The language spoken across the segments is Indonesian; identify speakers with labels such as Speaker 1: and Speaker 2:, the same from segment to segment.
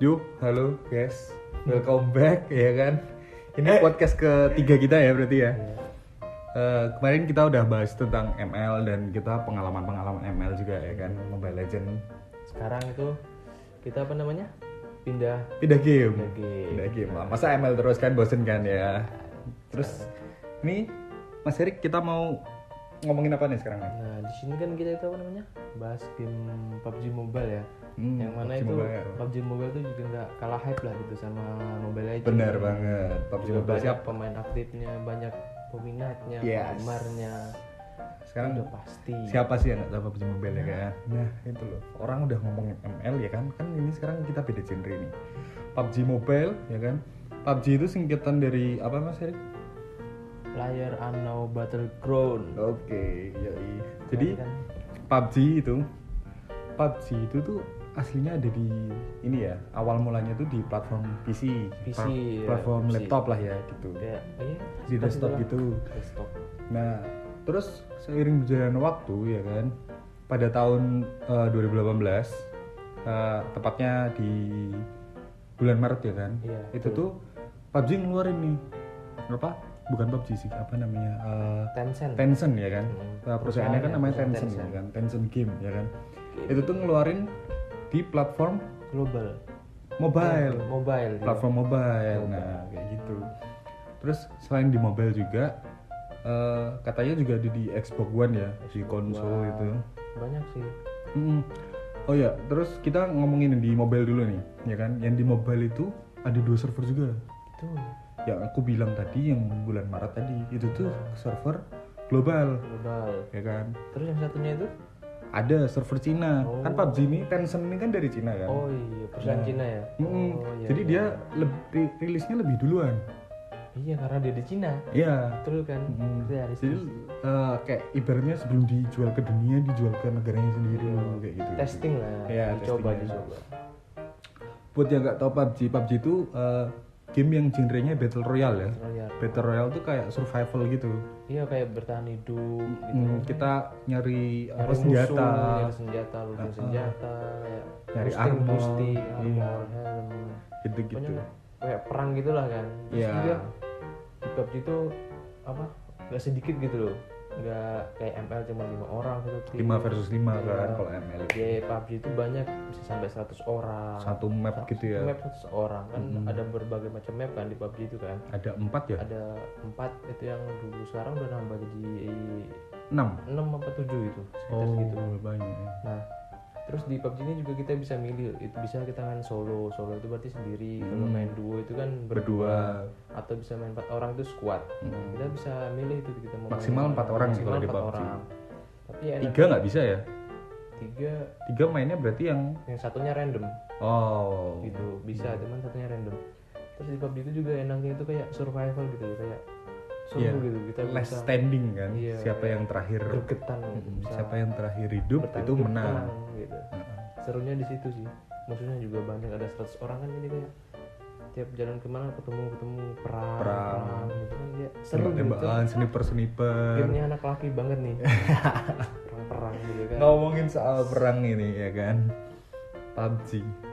Speaker 1: Yo, halo guys, welcome back ya kan.
Speaker 2: Eh.
Speaker 1: Ini podcast ketiga kita ya berarti
Speaker 2: Iya.
Speaker 1: ya. Eh, kemarin kita udah bahas tentang ML dan kita pengalaman-pengalaman ML juga ya kan, Mobile Legend.
Speaker 2: Sekarang itu kita apa namanya? Pindah
Speaker 1: Pindah game.
Speaker 2: Pindah game.
Speaker 1: Pindah game lah. Masa ML terus kan bosen kan ya. Terus ini Mas Erik kita mau ngomongin apa nih sekarang? nih?
Speaker 2: Nah, di sini kan kita itu apa namanya? Bahas game PUBG Mobile ya.
Speaker 1: Hmm,
Speaker 2: yang mana
Speaker 1: PUBG
Speaker 2: itu
Speaker 1: Mobile.
Speaker 2: PUBG Mobile itu juga nggak kalah hype lah gitu sama Mobile Legends.
Speaker 1: Benar banget. PUBG
Speaker 2: Juga
Speaker 1: Mobile
Speaker 2: banyak
Speaker 1: siap.
Speaker 2: pemain aktifnya, banyak peminatnya,
Speaker 1: Yes.
Speaker 2: penggemarnya.
Speaker 1: Sekarang
Speaker 2: udah pasti.
Speaker 1: siapa sih yang nggak tahu PUBG Mobile ya kan? Nah itu loh, orang udah ngomongin ML ya kan, kan ini sekarang kita beda genre nih. PUBG Mobile ya kan, PUBG itu singkatan dari apa mas Erik?
Speaker 2: Player Unknown Battleground.
Speaker 1: Oke, yoi. Jadi
Speaker 2: Keren kan?
Speaker 1: PUBG itu, PUBG itu tuh aslinya ada di ini ya, awal mulanya tuh di platform PC,
Speaker 2: PC,
Speaker 1: plat-
Speaker 2: ya,
Speaker 1: platform
Speaker 2: PC.
Speaker 1: laptop lah ya gitu,
Speaker 2: Kayak iya,
Speaker 1: di desktop
Speaker 2: itulah.
Speaker 1: gitu.
Speaker 2: Desktop.
Speaker 1: Nah, terus seiring berjalannya waktu ya kan, pada tahun eh, 2018, eh, tepatnya di bulan Maret ya kan,
Speaker 2: Iya,
Speaker 1: itu tuh PUBG ngeluarin nih, apa? Bukan PUBG sih, apa namanya? eh,
Speaker 2: Tencent.
Speaker 1: Tencent ya kan,
Speaker 2: Hmm.
Speaker 1: Nah, perusahaannya kan
Speaker 2: Perusahaannya,
Speaker 1: namanya
Speaker 2: perusahaan
Speaker 1: Tencent, ya
Speaker 2: Tencent.
Speaker 1: kan, Tencent Game ya kan. Itu tuh ngeluarin di platform
Speaker 2: Global.
Speaker 1: mobile
Speaker 2: Mobile. iya.
Speaker 1: platform mobile. Nah, kayak gitu. Terus selain di mobile juga eh, katanya juga ada di Xbox One ya, di konsol
Speaker 2: Wah,
Speaker 1: itu.
Speaker 2: Banyak sih.
Speaker 1: Mm-mm. Oh ya, terus kita ngomongin yang di mobile dulu nih, ya kan? Yang di mobile itu ada dua server juga.
Speaker 2: Itu.
Speaker 1: Yang aku bilang tadi yang bulan Maret tadi itu tuh server global,
Speaker 2: Global.
Speaker 1: ya kan?
Speaker 2: Terus yang satunya itu?
Speaker 1: Ada server Cina. Kan PUBG ini Tencent ini kan dari Cina kan?
Speaker 2: Oh iya, perusahaan Cina ya.
Speaker 1: Mm-mm.
Speaker 2: Oh, iya,
Speaker 1: Jadi
Speaker 2: iya.
Speaker 1: dia lebih rilisnya lebih duluan.
Speaker 2: Iya, karena dia di Cina.
Speaker 1: Iya.
Speaker 2: Betul kan?
Speaker 1: Hmm.
Speaker 2: Itu harus
Speaker 1: Jadi eh, kayak ibaratnya sebelum dijual ke dunia dijual ke negaranya sendiri dulu kayak gitu.
Speaker 2: testing Hmm. lah.
Speaker 1: Iya,
Speaker 2: dicoba
Speaker 1: testing.
Speaker 2: dicoba.
Speaker 1: Buat yang nggak tahu PUBG, PUBG itu eh, game yang genrenya battle royale ya.
Speaker 2: Terus lihat.
Speaker 1: Battle royale tuh kayak survival gitu.
Speaker 2: Iya kayak bertahan hidup gitu.
Speaker 1: Hmm, kita nyari, apa
Speaker 2: Nyari
Speaker 1: senjata,
Speaker 2: musuh, nyari senjata, lulus senjata, kayak
Speaker 1: Nyari
Speaker 2: boosting,
Speaker 1: armor.
Speaker 2: boosting,
Speaker 1: Iya.
Speaker 2: armor, helm.
Speaker 1: gitu-gitu.
Speaker 2: Pokoknya kayak perang gitulah kan. Terus
Speaker 1: Iya.
Speaker 2: juga di PUBG itu apa? Gak sedikit gitu loh. Gak kayak ML cuma lima orang satu tim.
Speaker 1: 5 versus 5 kan
Speaker 2: Iya.
Speaker 1: kalau ML.
Speaker 2: Ya PUBG itu banyak bisa sampai 100 orang.
Speaker 1: Satu map gitu ya.
Speaker 2: Iya. Map 100 orang kan ada berbagai macam map kan di PUBG itu kan.
Speaker 1: Ada 4 ya?
Speaker 2: Ada empat itu yang dulu sekarang udah nambah jadi
Speaker 1: 6.
Speaker 2: 6 apa 7 itu sekitar
Speaker 1: Oh,
Speaker 2: segitu.
Speaker 1: banyak. ya.
Speaker 2: Nah, terus di PUBG ini juga kita bisa milih, itu bisa kita main solo. Solo itu berarti sendiri. Kalau main duo itu kan
Speaker 1: Hmm. Berdua. Hmm.
Speaker 2: berdua, atau bisa main empat orang itu squad. Nah, kita bisa milih itu kita mau main
Speaker 1: Maksimal
Speaker 2: yang
Speaker 1: empat
Speaker 2: mana.
Speaker 1: orang sih
Speaker 2: Maksimal
Speaker 1: kalau di
Speaker 2: empat
Speaker 1: PUBG.
Speaker 2: orang. Tapi ya enak
Speaker 1: 3 nggak bisa ya?
Speaker 2: tiga
Speaker 1: 3 mainnya berarti yang
Speaker 2: yang satunya random
Speaker 1: oh
Speaker 2: gitu bisa cuman satunya random terus di PUBG itu juga enaknya itu kayak survival gitu kayak
Speaker 1: Iya.
Speaker 2: seru gitu kita
Speaker 1: last
Speaker 2: bisa
Speaker 1: standing kan
Speaker 2: Iya,
Speaker 1: siapa
Speaker 2: iya.
Speaker 1: yang terakhir
Speaker 2: gregetan bisa
Speaker 1: siapa yang terakhir hidup
Speaker 2: bertahan
Speaker 1: itu
Speaker 2: hidup,
Speaker 1: menang
Speaker 2: gitu serunya di situ sih musuhnya juga banyak ada 100 orang kan jadi kayak tiap jalan kemana ketemu ketemu perang
Speaker 1: Perang.
Speaker 2: gitu kan ya seru
Speaker 1: tembak
Speaker 2: gitu
Speaker 1: tembakan sniper sniper
Speaker 2: gamenya anak laki banget nih perang perang gitu kan
Speaker 1: ngomongin soal perang ini ya kan PUBG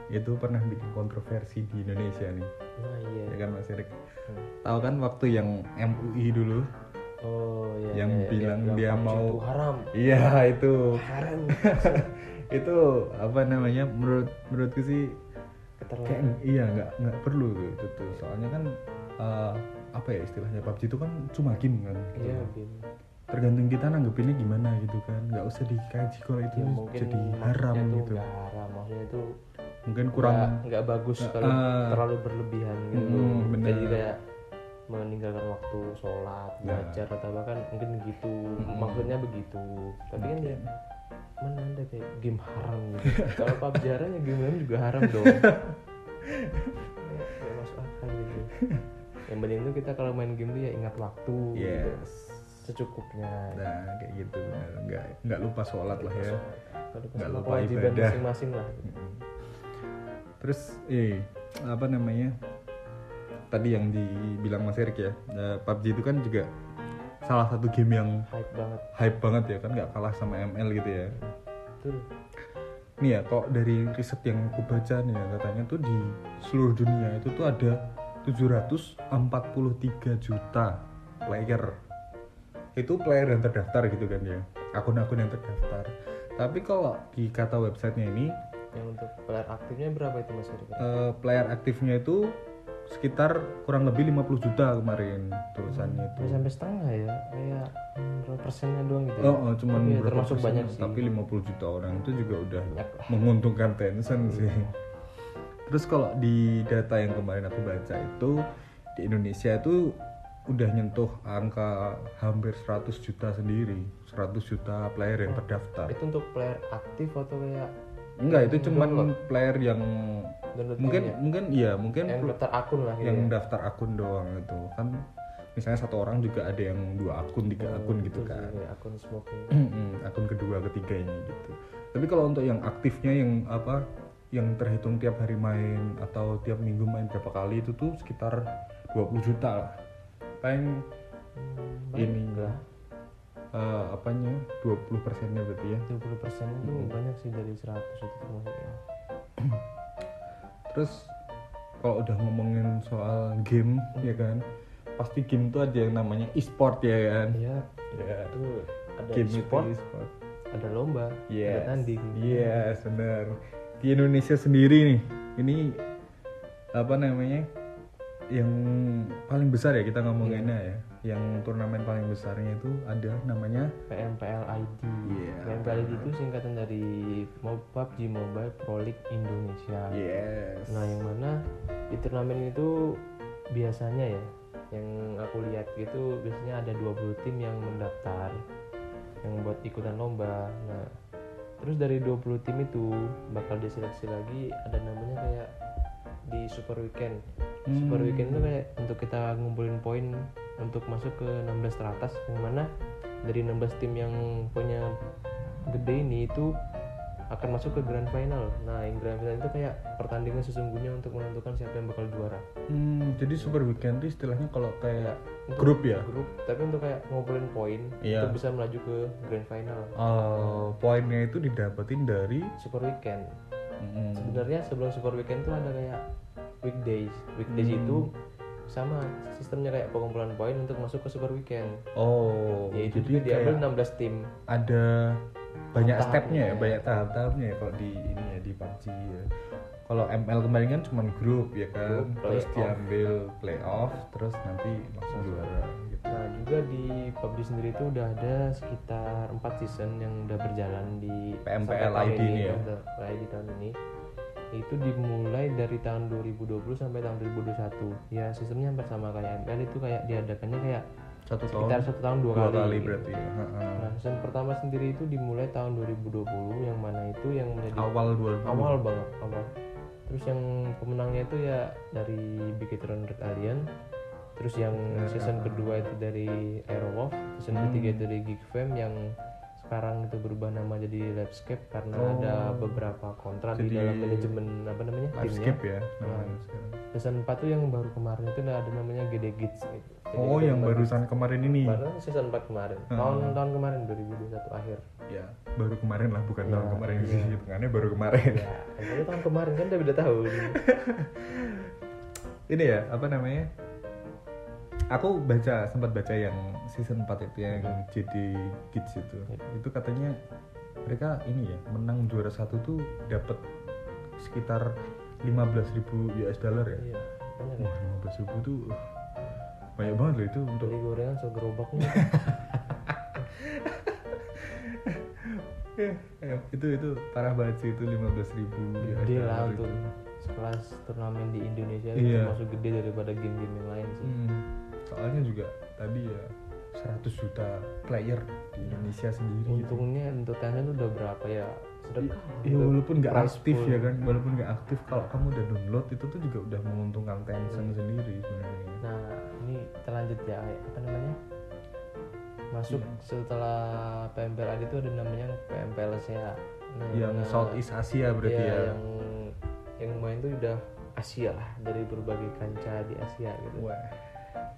Speaker 1: itu pernah bikin kontroversi di Indonesia nih
Speaker 2: nah iya
Speaker 1: ya kan Mas Erik
Speaker 2: Hmm.
Speaker 1: tahu kan waktu yang MUI dulu
Speaker 2: oh iya
Speaker 1: Yang
Speaker 2: iya, iya,
Speaker 1: bilang
Speaker 2: bilang
Speaker 1: dia
Speaker 2: PUBG
Speaker 1: mau-
Speaker 2: itu haram
Speaker 1: iya itu
Speaker 2: haram
Speaker 1: itu apa namanya menurut menurutku sih kayak
Speaker 2: keterlaluan
Speaker 1: ng- iya nggak nggak perlu tuh itu tuh soalnya kan eh, apa ya istilahnya PUBG itu kan cuma game kan gitu.
Speaker 2: iya Bin.
Speaker 1: tergantung kita nanggepinnya gimana gitu kan nggak usah dikaji kalau itu
Speaker 2: ya mungkin
Speaker 1: Hmm, jadi haram
Speaker 2: maksudnya tuh
Speaker 1: gitu
Speaker 2: nggak haram maksudnya itu
Speaker 1: mungkin kurang
Speaker 2: kurang nggak bagus kalau
Speaker 1: ah.
Speaker 2: terlalu berlebihan gitu
Speaker 1: Mm, bener.
Speaker 2: jadi kayak meninggalkan waktu sholat
Speaker 1: Nah. Hmm.
Speaker 2: belajar atau bahkan mungkin gitu maksudnya begitu tapi kan ya mana ada kayak game haram gitu kalau PUBG haram ya game lain juga haram dong Ya, nggak masuk akal gitu yang penting itu kita kalau main game tuh ya ingat waktu gitu.
Speaker 1: yes
Speaker 2: secukupnya
Speaker 1: nah kayak gitu bener. nggak nggak lupa sholat lah ya
Speaker 2: Kalau
Speaker 1: Nggak
Speaker 2: sama
Speaker 1: lupa
Speaker 2: kewajiban
Speaker 1: ibadah.
Speaker 2: masing-masing lah
Speaker 1: terus eh apa namanya tadi yang dibilang Mas Erik ya eh, PUBG itu kan juga salah satu game yang
Speaker 2: hype banget
Speaker 1: hype banget ya kan nggak kalah sama ML gitu ya
Speaker 2: tuh
Speaker 1: nih ya kok dari riset yang aku baca nih ya katanya tuh di seluruh dunia itu tuh ada 743 juta player itu player yang terdaftar gitu kan ya akun-akun yang terdaftar tapi kalau di kata websitenya ini
Speaker 2: yang untuk player aktifnya berapa itu mas kira-kira
Speaker 1: eh, player aktifnya itu sekitar kurang lebih 50 juta kemarin tulisannya itu
Speaker 2: Nggak sampai setengah ya kayak hmm, berapa persennya doang gitu ya?
Speaker 1: Oh, oh, cuman
Speaker 2: Tapi ya
Speaker 1: berapa
Speaker 2: termasuk
Speaker 1: persen,
Speaker 2: banyak sih
Speaker 1: Tapi 50 juta orang itu juga udah
Speaker 2: Banyak lah. Iya.
Speaker 1: menguntungkan Tencent sih. Terus kalau di data yang kemarin aku baca itu di Indonesia itu udah nyentuh angka hampir 100 juta sendiri, 100 juta player yang terdaftar.
Speaker 2: itu untuk player aktif atau kayak
Speaker 1: Enggak, itu cuman player yang
Speaker 2: download
Speaker 1: mungkin
Speaker 2: game
Speaker 1: mungkin iya, mungkin
Speaker 2: ya? yang daftar akun lah gitu
Speaker 1: yang
Speaker 2: ya?
Speaker 1: daftar akun doang itu. Kan misalnya satu orang juga ada yang dua akun, tiga akun gitu
Speaker 2: Oh,
Speaker 1: kan.
Speaker 2: Betul iya. sih, kayak akun smoking
Speaker 1: Mm-mm, akun kedua ketiganya gitu tapi kalau untuk yang aktifnya yang apa yang terhitung tiap hari main atau tiap minggu main berapa kali itu tuh sekitar 20 juta lah paling ini enggak eh, apanya 20 persennya berarti ya
Speaker 2: 20 persen itu banyak sih dari 100 itu ya. termasuknya
Speaker 1: terus kalau udah ngomongin soal game ya kan pasti game tuh ada yang namanya e-sport ya kan
Speaker 2: iya
Speaker 1: ya
Speaker 2: itu ada
Speaker 1: game itu
Speaker 2: sport
Speaker 1: e-sport
Speaker 2: ada lomba ada
Speaker 1: Yes. Iya.
Speaker 2: tanding ya.
Speaker 1: Yes, benar. Di Indonesia sendiri nih, ini apa namanya? Yang paling besar ya kita ngomonginnya
Speaker 2: Iya.
Speaker 1: ya. Yang turnamen paling besarnya itu ada namanya
Speaker 2: PMPLID
Speaker 1: Iya.
Speaker 2: PMPLID itu singkatan dari Mo- PUBG Mobile Pro League Indonesia
Speaker 1: Yes.
Speaker 2: Nah yang mana di turnamen itu biasanya ya yang aku lihat gitu biasanya ada 20 tim yang mendaftar yang buat ikutan lomba. Nah terus dari 20 tim itu bakal diseleksi lagi ada namanya kayak di super weekend. Super weekend itu kayak untuk kita ngumpulin poin untuk masuk ke 16 teratas yang mana dari 16 tim yang punya gede ini itu akan masuk ke grand final. Nah, yang grand final itu kayak pertandingan sesungguhnya untuk menentukan siapa yang bakal juara.
Speaker 1: Hmm, jadi super weekend itu istilahnya kalau kayak
Speaker 2: Untuk
Speaker 1: grup ya.
Speaker 2: Nah, Grup, tapi untuk kayak ngumpulin poin
Speaker 1: Iya.
Speaker 2: untuk bisa melaju ke grand final.
Speaker 1: Eh, poinnya itu didapetin dari
Speaker 2: Super weekend. Hmm.
Speaker 1: Mm,
Speaker 2: Sebenarnya sebelum super weekend tuh ada kayak weekdays. Weekdays
Speaker 1: Hmm.
Speaker 2: itu sama sistemnya kayak pengumpulan poin untuk masuk ke super weekend.
Speaker 1: Oh,
Speaker 2: Ya itu
Speaker 1: jadi
Speaker 2: juga diambil
Speaker 1: kayak
Speaker 2: 16 tim.
Speaker 1: ada banyak
Speaker 2: Tahap-tahapnya
Speaker 1: stepnya ya,
Speaker 2: ya.
Speaker 1: banyak tahap-tahapnya ya kalau di ini ya di PUBG ya. Kalau ML kemarin kan cuman grup ya kan,
Speaker 2: Grup,
Speaker 1: terus
Speaker 2: playoff.
Speaker 1: diambil playoff, terus nanti langsung juara gitu.
Speaker 2: Nah, juga di PUBG sendiri itu udah ada sekitar 4 season yang udah berjalan di
Speaker 1: PMPL
Speaker 2: sampai tahun
Speaker 1: ID ini ya?
Speaker 2: PMPL ID tahun ini. Itu dimulai dari tahun 2020 sampai tahun 2021. Ya, sistemnya hampir sama kayak MPL itu kayak diadakannya kayak
Speaker 1: Satu
Speaker 2: sekitar
Speaker 1: tahun
Speaker 2: satu tahun dua,
Speaker 1: dua kali,
Speaker 2: kali.
Speaker 1: berarti ya. Ha-ha.
Speaker 2: Nah, season pertama sendiri itu dimulai tahun 2020 yang mana itu yang menjadi
Speaker 1: Awal dua
Speaker 2: awal banget awal terus yang pemenangnya itu ya dari Big Hit Run Red Alien terus yang season kedua itu dari Aerowolf season ketiga itu dari Geek Fam yang sekarang itu berubah nama jadi Labscape karena ada beberapa kontra di
Speaker 1: Jadi
Speaker 2: dalam manajemen apa namanya timnya
Speaker 1: skip ya namanya sekarang.
Speaker 2: season 4 tuh yang baru kemarin itu ada namanya Gede Gits gitu. Jadi
Speaker 1: Oh, yang barusan kemarin ini.
Speaker 2: kemarin season 4 kemarin tahun tahun kemarin 2021 akhir
Speaker 1: Ya, baru kemarin lah bukan tahun kemarin sih, hitungannya baru kemarin.
Speaker 2: ya akhirnya tahun kemarin kan udah beda tahun
Speaker 1: ini ya apa namanya aku baca sempat baca yang season 4 itu ya, yang jadi kids itu
Speaker 2: Iya.
Speaker 1: itu katanya mereka ini ya menang juara satu tuh dapat sekitar 15.000 US dollar ya
Speaker 2: Iya, banyak ya.
Speaker 1: wah 15.000 tuh uh, banyak banget loh itu untuk
Speaker 2: Beli gorengan segerobaknya.
Speaker 1: Eh, itu itu parah banget sih itu 15.000 US
Speaker 2: gede
Speaker 1: dollar Nah,
Speaker 2: lah
Speaker 1: itu.
Speaker 2: untuk sekelas turnamen di Indonesia
Speaker 1: Iya.
Speaker 2: itu termasuk gede daripada game-game yang lain sih.
Speaker 1: Hmm, soalnya juga tadi ya 100 juta player di Indonesia sendiri gitu.
Speaker 2: Untungnya Iya. untuk Tencent udah berapa ya? Sedekah.
Speaker 1: Ya
Speaker 2: untuk
Speaker 1: walaupun nggak
Speaker 2: prize
Speaker 1: aktif
Speaker 2: pool.
Speaker 1: ya kan, walaupun nggak aktif kalau kamu udah download itu tuh juga udah menguntungkan
Speaker 2: Iya.
Speaker 1: Tencent sendiri sebenarnya.
Speaker 2: Nah, ini kita lanjut ya apa namanya? Masuk
Speaker 1: Iya.
Speaker 2: setelah PMPL ada itu ada namanya PMPL SEA. Nah,
Speaker 1: Yang
Speaker 2: nah,
Speaker 1: Southeast Asia Iya, berarti
Speaker 2: iya,
Speaker 1: ya.
Speaker 2: yang yang main tuh udah Asia lah dari berbagai kancah di Asia gitu.
Speaker 1: Wah.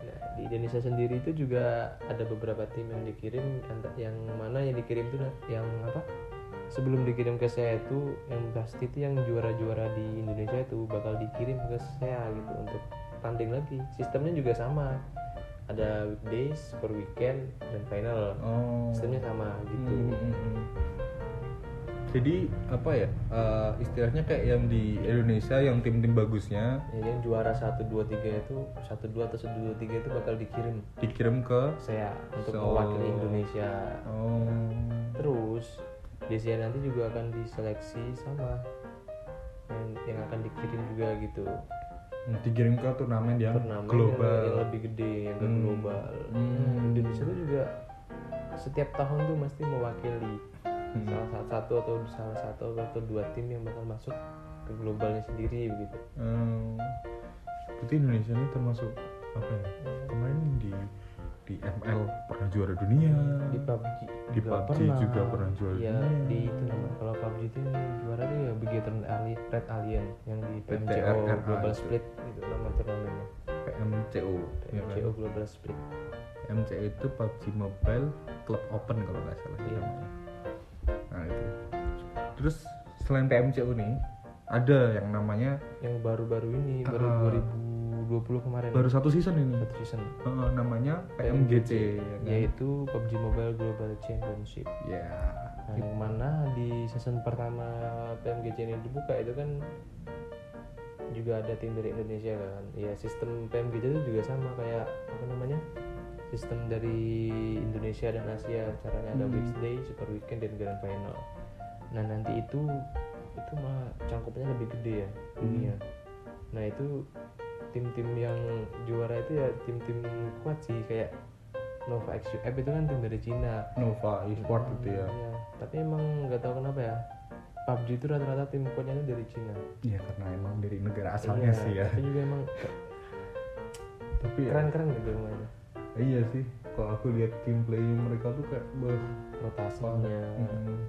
Speaker 2: Nah, di Indonesia sendiri itu juga ada beberapa tim yang dikirim anta- yang mana yang dikirim itu na- yang apa? sebelum dikirim ke saya itu yang pasti itu yang juara-juara di Indonesia itu bakal dikirim ke saya gitu untuk tanding lagi sistemnya juga sama ada weekdays per weekend dan final
Speaker 1: Oh.
Speaker 2: sistemnya sama gitu
Speaker 1: Hmm, hmm, hmm. Jadi apa ya eh, istilahnya kayak yang di Indonesia yang tim-tim bagusnya
Speaker 2: Ya, yang juara 1, 2, 3 itu 1, 2 atau 1, 2, 3 itu bakal dikirim
Speaker 1: dikirim ke
Speaker 2: saya untuk
Speaker 1: So-
Speaker 2: mewakili Indonesia
Speaker 1: oh
Speaker 2: terus Desia nanti juga akan diseleksi sama yang, yang akan dikirim juga gitu
Speaker 1: dikirim ke turnamen yang
Speaker 2: turnamen yang-
Speaker 1: global.
Speaker 2: yang lebih gede yang ke
Speaker 1: Hmm.
Speaker 2: global
Speaker 1: Hmm.
Speaker 2: Nah, Indonesia tuh juga setiap tahun tuh mesti mewakili
Speaker 1: Hmm.
Speaker 2: salah satu, satu atau salah satu atau dua tim yang bakal masuk ke globalnya sendiri gitu. begitu
Speaker 1: Eh, berarti Indonesia ini termasuk apa ya? Kemarin di di ML pernah juara dunia.
Speaker 2: di PUBG
Speaker 1: Di PUBG juga pernah Hmm. juara
Speaker 2: ya
Speaker 1: dunia.
Speaker 2: di itu namanya kalau PUBG itu yang juara tuh ya Begitu Red Alien yang di
Speaker 1: Red
Speaker 2: PMCO
Speaker 1: TRRA
Speaker 2: Global
Speaker 1: itu.
Speaker 2: Split itu nama turnamennya
Speaker 1: PMCO. ya kan?
Speaker 2: PMCO Global Split
Speaker 1: MCO itu PUBG Mobile Club Open kalau nggak salah
Speaker 2: Iya.
Speaker 1: namanya. Nah itu. Terus selain PMCO nih ada yang namanya
Speaker 2: yang baru-baru ini baru
Speaker 1: Ah.
Speaker 2: 2020 kemarin
Speaker 1: baru satu season ini
Speaker 2: satu season
Speaker 1: Eh, namanya PMGC ya kan?
Speaker 2: yaitu PUBG Mobile Global Championship.
Speaker 1: Ya.
Speaker 2: Nah, yang mana di season pertama PMGC ini dibuka itu kan juga ada tim dari Indonesia kan. Ya sistem PMGC itu juga sama kayak apa namanya? Sistem dari Indonesia dan Asia caranya ada weekday, super weekend dan grand final. Nah, nanti itu itu mah cangkupnya lebih gede ya dunia. Nah, itu tim-tim yang juara itu ya tim-tim kuat sih kayak Nova XUF itu kan tim dari Cina.
Speaker 1: Nova Esport itu ya.
Speaker 2: Iya, tapi emang nggak tahu kenapa ya. PUBG itu rata-rata tim kuatnya itu dari Cina.
Speaker 1: Ya karena emang dari negara asalnya
Speaker 2: Iya,
Speaker 1: sih ya.
Speaker 2: Tapi juga emang
Speaker 1: Tapi ya,
Speaker 2: keren-keren gitu mainnya.
Speaker 1: iya sih. Kalau aku lihat gameplay mereka tuh kayak bah,
Speaker 2: Rotasinya,
Speaker 1: hmm.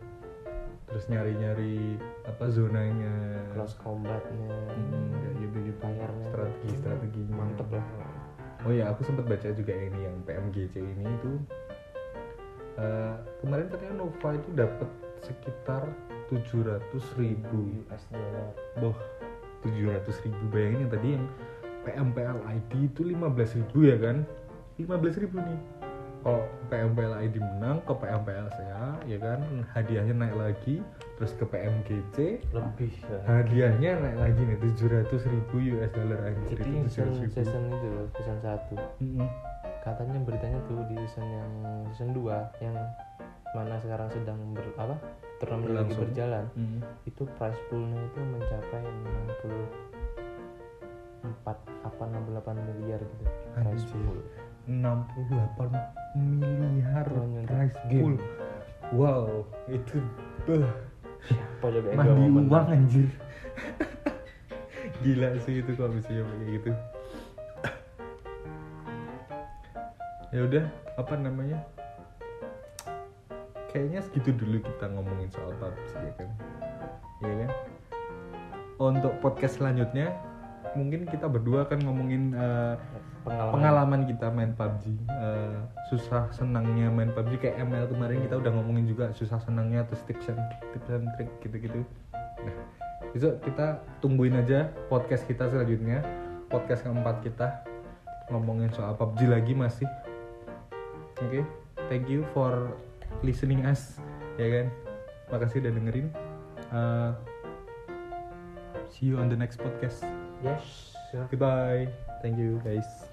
Speaker 1: terus nyari-nyari apa zonanya,
Speaker 2: cross combatnya,
Speaker 1: Hmm, kayak gitu-gitu.
Speaker 2: layarnya.
Speaker 1: Strategi-strateginya.
Speaker 2: Hmm. Mantep lah.
Speaker 1: Oh ya, aku sempat baca juga ini yang PMGC ini itu eh, kemarin katanya Nova itu dapat sekitar 700 ribu
Speaker 2: US dollar.
Speaker 1: Boh, 700 ribu bayangin yang tadi yang PMPL ID itu 15 ribu ya kan 15 ribu nih kalau PMPL ID menang ke PMPL saya ya kan hadiahnya naik lagi terus ke PMGC
Speaker 2: Lebih lah.
Speaker 1: hadiahnya naik lagi nih 700 ribu US dollar anjir
Speaker 2: Itu yang
Speaker 1: itu
Speaker 2: season,
Speaker 1: 700 ribu
Speaker 2: season itu loh, season 1
Speaker 1: Mm-mm.
Speaker 2: Katanya beritanya tuh di season yang season 2 yang mana sekarang sedang ber, apa turnamen lagi
Speaker 1: Berlangsung.
Speaker 2: berjalan
Speaker 1: Mm.
Speaker 2: itu price poolnya itu mencapai 64 apa 68 miliar gitu price
Speaker 1: Anjir.
Speaker 2: pool
Speaker 1: 68 miliar
Speaker 2: Kalau nyentuh
Speaker 1: prize pool
Speaker 2: game.
Speaker 1: wow itu beuh.
Speaker 2: siapa coba yang
Speaker 1: mandi
Speaker 2: gak mau
Speaker 1: uang
Speaker 2: menang?
Speaker 1: anjir gila sih itu kalau misalnya kayak gitu ya udah apa namanya kayaknya segitu dulu kita ngomongin soal PUBG ya kan Iya kan untuk podcast selanjutnya mungkin kita berdua akan ngomongin eh,
Speaker 2: pengalaman,
Speaker 1: pengalaman kita main PUBG eh, susah senangnya main PUBG kayak ML kemarin kita udah ngomongin juga susah senangnya terus tips and tips and trick gitu-gitu nah besok kita tungguin aja podcast kita selanjutnya podcast keempat kita ngomongin soal PUBG lagi masih oke thank you for listening us ya kan makasih udah dengerin Eh, see you on the next podcast
Speaker 2: yes
Speaker 1: goodbye thank you guys